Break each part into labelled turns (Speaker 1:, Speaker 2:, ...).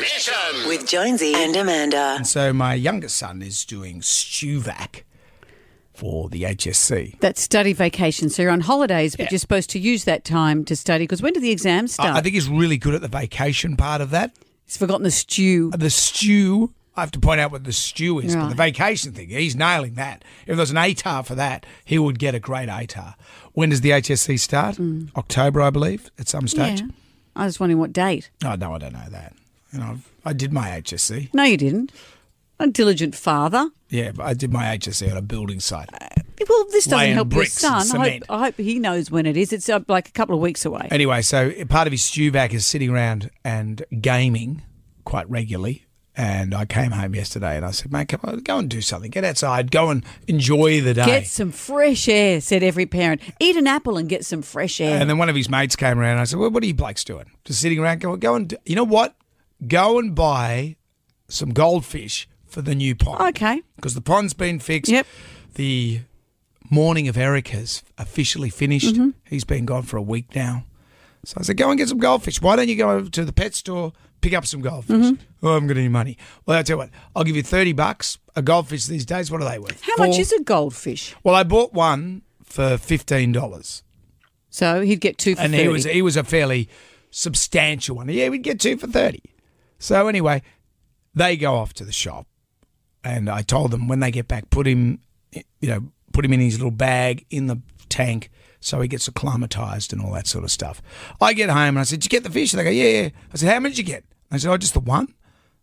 Speaker 1: Mission.
Speaker 2: with Jonesy and Amanda.
Speaker 3: And so my youngest son is doing STUVAC for the HSC.
Speaker 4: That study vacation. So you're on holidays, but
Speaker 3: Yeah.
Speaker 4: you're supposed to use that time to study. Because when do the exams start?
Speaker 3: I, I think he's really good at the vacation part of that.
Speaker 4: He's forgotten the stew.
Speaker 3: The stew, I have to point out what the stew is, but the
Speaker 4: Right.
Speaker 3: vacation thing, he's nailing that. If there's an ATAR for that, he would get a great ATAR. When does the HSC start? October, I believe, at some
Speaker 4: Mm. Yeah.
Speaker 3: stage.
Speaker 4: I was wondering what date.
Speaker 3: Oh, no, I don't know that. You know, I've- I did my HSC.
Speaker 4: No, you didn't. A diligent father.
Speaker 3: Yeah, but I did my HSC on a building site.
Speaker 4: Well, this doesn't
Speaker 3: Laying
Speaker 4: help your
Speaker 3: bricks and
Speaker 4: son. I hope,
Speaker 3: cement.
Speaker 4: I hope he knows when it is. It's uh, like a couple of weeks away.
Speaker 3: Anyway, so part of his stewback is sitting around and gaming quite regularly. And I came home yesterday and I said, mate, come on, go and do something. Get outside. Go and enjoy the day.
Speaker 4: Get some fresh air, said every parent. Eat an apple and get some fresh air.
Speaker 3: and then one of his mates came around and I said, well, what are you blokes doing? Just sitting around. Go, go and, do, you know what? Go and buy some goldfish for the new pond.
Speaker 4: Okay.
Speaker 3: Because the pond's been fixed.
Speaker 4: Yep.
Speaker 3: The morning of Erica's officially finished.
Speaker 4: Mm-hmm.
Speaker 3: He's been gone for a week now. So I said, go and get some goldfish. Why don't you go over to the pet store, pick up some goldfish?
Speaker 4: Mm-hmm.
Speaker 3: Oh, I haven't got any money. Well, I'll tell you what, I'll give you 30 bucks. A goldfish these days, what are they worth?
Speaker 4: How much is a goldfish?
Speaker 3: Well, I bought one for $15.
Speaker 4: So he'd get two for
Speaker 3: And
Speaker 4: 30.
Speaker 3: he was, he was a fairly substantial one. Yeah, we'd get two for 30 So anyway, they go off to the shop. And I told them when they get back, put him, you know, put him in his little bag in the tank so he gets acclimatized and all that sort of stuff. I get home and I said, Did you get the fish? And they go, Yeah, yeah. I said, How many did you get? I said, Oh, just the one.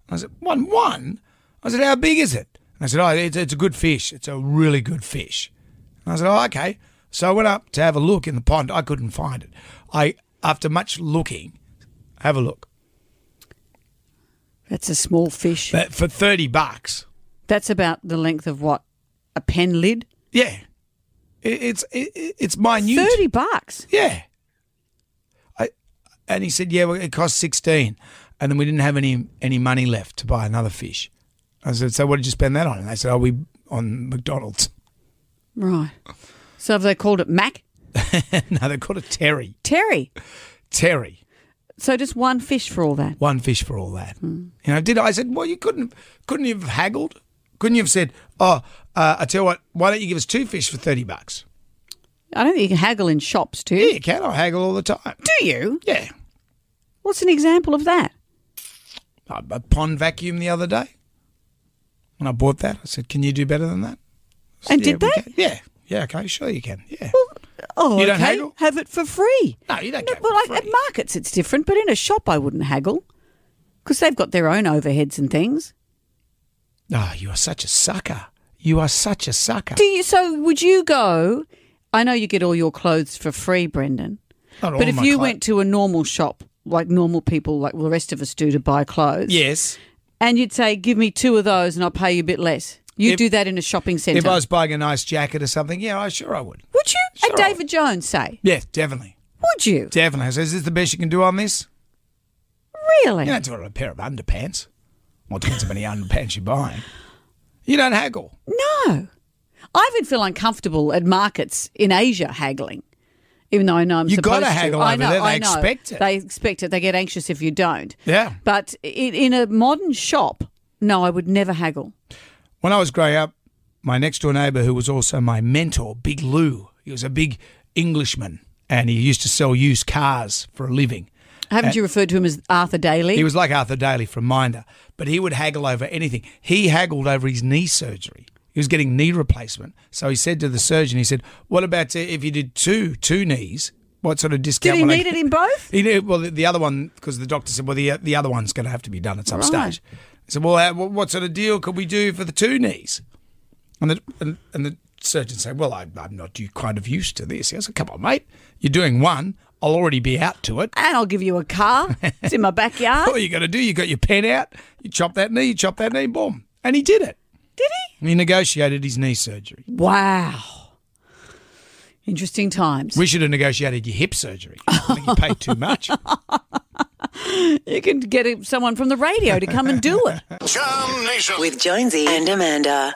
Speaker 3: I said, One, one? I said, How big is it? And I said, Oh, it's, it's a good fish. It's a really good fish. And I said, Oh, okay. So I went up to have a look in the pond. I couldn't find it. I, after much looking, have a look.
Speaker 4: That's a small fish.
Speaker 3: But for 30 bucks,
Speaker 4: That's about the length of what? A pen lid?
Speaker 3: Yeah, it, it's it, it's minute.
Speaker 4: 30 bucks.
Speaker 3: Yeah. I and he said, yeah, well, it cost sixteen, and then we didn't have any any money left to buy another fish. I said, so what did you spend that on? And they said, oh, we on McDonald's.
Speaker 4: Right. So have they called it Mac?
Speaker 3: no, they called it Terry.
Speaker 4: Terry.
Speaker 3: Terry.
Speaker 4: So just one fish for all that.
Speaker 3: One fish for all that.
Speaker 4: Hmm.
Speaker 3: You know, did I I said, well, you couldn't couldn't you have haggled? Couldn't you have said, oh, uh, I tell you what, why don't you give us two fish for thirty bucks?
Speaker 4: I don't think you can haggle in shops, do
Speaker 3: Yeah,
Speaker 4: you?
Speaker 3: you can. I haggle all the time.
Speaker 4: Do you?
Speaker 3: Yeah.
Speaker 4: What's an example of that?
Speaker 3: a, a pond vacuum the other day. When I bought that, I said, "Can you do better than that?" I said,
Speaker 4: And did
Speaker 3: "Yeah, we
Speaker 4: they?
Speaker 3: can." Yeah, yeah, okay, sure you can. Yeah,
Speaker 4: Oh,
Speaker 3: You don't
Speaker 4: okay.
Speaker 3: haggle?
Speaker 4: Have it for free.
Speaker 3: no, you don't
Speaker 4: No,
Speaker 3: get
Speaker 4: well,
Speaker 3: free.
Speaker 4: I, at markets it's different, but in a shop I wouldn't haggle because they've got their own overheads and things.
Speaker 3: Oh, you are such a sucker. You are such a sucker.
Speaker 4: Do you? So would you go? I know you get all your clothes for free, Brendan.
Speaker 3: Not all
Speaker 4: But if
Speaker 3: my
Speaker 4: you
Speaker 3: clo-
Speaker 4: went to a normal shop like normal people, like the rest of us do, to buy clothes,
Speaker 3: yes,
Speaker 4: and you'd say, "Give me two of those, and I'll pay you a bit less." You
Speaker 3: If-
Speaker 4: do that in a shopping
Speaker 3: if
Speaker 4: centre,
Speaker 3: I was buying a nice jacket or something, yeah, I sure I would.
Speaker 4: would you?
Speaker 3: Sure.
Speaker 4: And David Jones say,
Speaker 3: Yeah, definitely,
Speaker 4: "Would you
Speaker 3: definitely. I said, "Is this the best you can do on this?"
Speaker 4: really?"
Speaker 3: You don't do it on a pair of underpants. Well, it depends how many underpants you're buying. You don't haggle.
Speaker 4: No. I even feel uncomfortable at markets in Asia haggling, even though I know I'm
Speaker 3: You
Speaker 4: supposed
Speaker 3: gotta
Speaker 4: to.
Speaker 3: haggle
Speaker 4: I
Speaker 3: over
Speaker 4: know,
Speaker 3: there. They
Speaker 4: I know.
Speaker 3: expect it.
Speaker 4: They expect it. They get anxious if you don't.
Speaker 3: Yeah.
Speaker 4: But in, in a modern shop, no, I would never haggle.
Speaker 3: When I was growing up, my next door neighbour, who was also my mentor, Big Lou, he was a big Englishman and he used to sell used cars for a living.
Speaker 4: Haven't you referred to him as Arthur Daly?
Speaker 3: Uh, He was like Arthur Daly from Minder, but he would haggle over anything. He haggled over his knee surgery. He was getting knee replacement. So he said to the surgeon, he said, What about uh, if you did two two knees? What sort of
Speaker 4: Did
Speaker 3: discount
Speaker 4: he
Speaker 3: would I
Speaker 4: need
Speaker 3: get?"
Speaker 4: it in both?
Speaker 3: He knew, well, the, the other one, because the doctor said, well, the, the other one's going to have to be done at some
Speaker 4: Right.
Speaker 3: stage. He said, well, how, what, what sort of deal could we do for the two knees? And the, and, and the surgeon said, well, I, I'm not you kind of used to this. I said, come on, mate. You're doing one. I'll already be out to it.
Speaker 4: And I'll give you a car. It's in my backyard.
Speaker 3: All you got to do, you got your pen out, you chop that knee, you chop that knee, boom. And he did it.
Speaker 4: Did
Speaker 3: And he negotiated his knee surgery.
Speaker 4: he? Wow. Interesting times.
Speaker 3: We should have negotiated your hip surgery. I think you paid too much.
Speaker 4: you can get someone from the radio to come and do it.
Speaker 1: Jam Nation.
Speaker 2: With Jonesy and Amanda.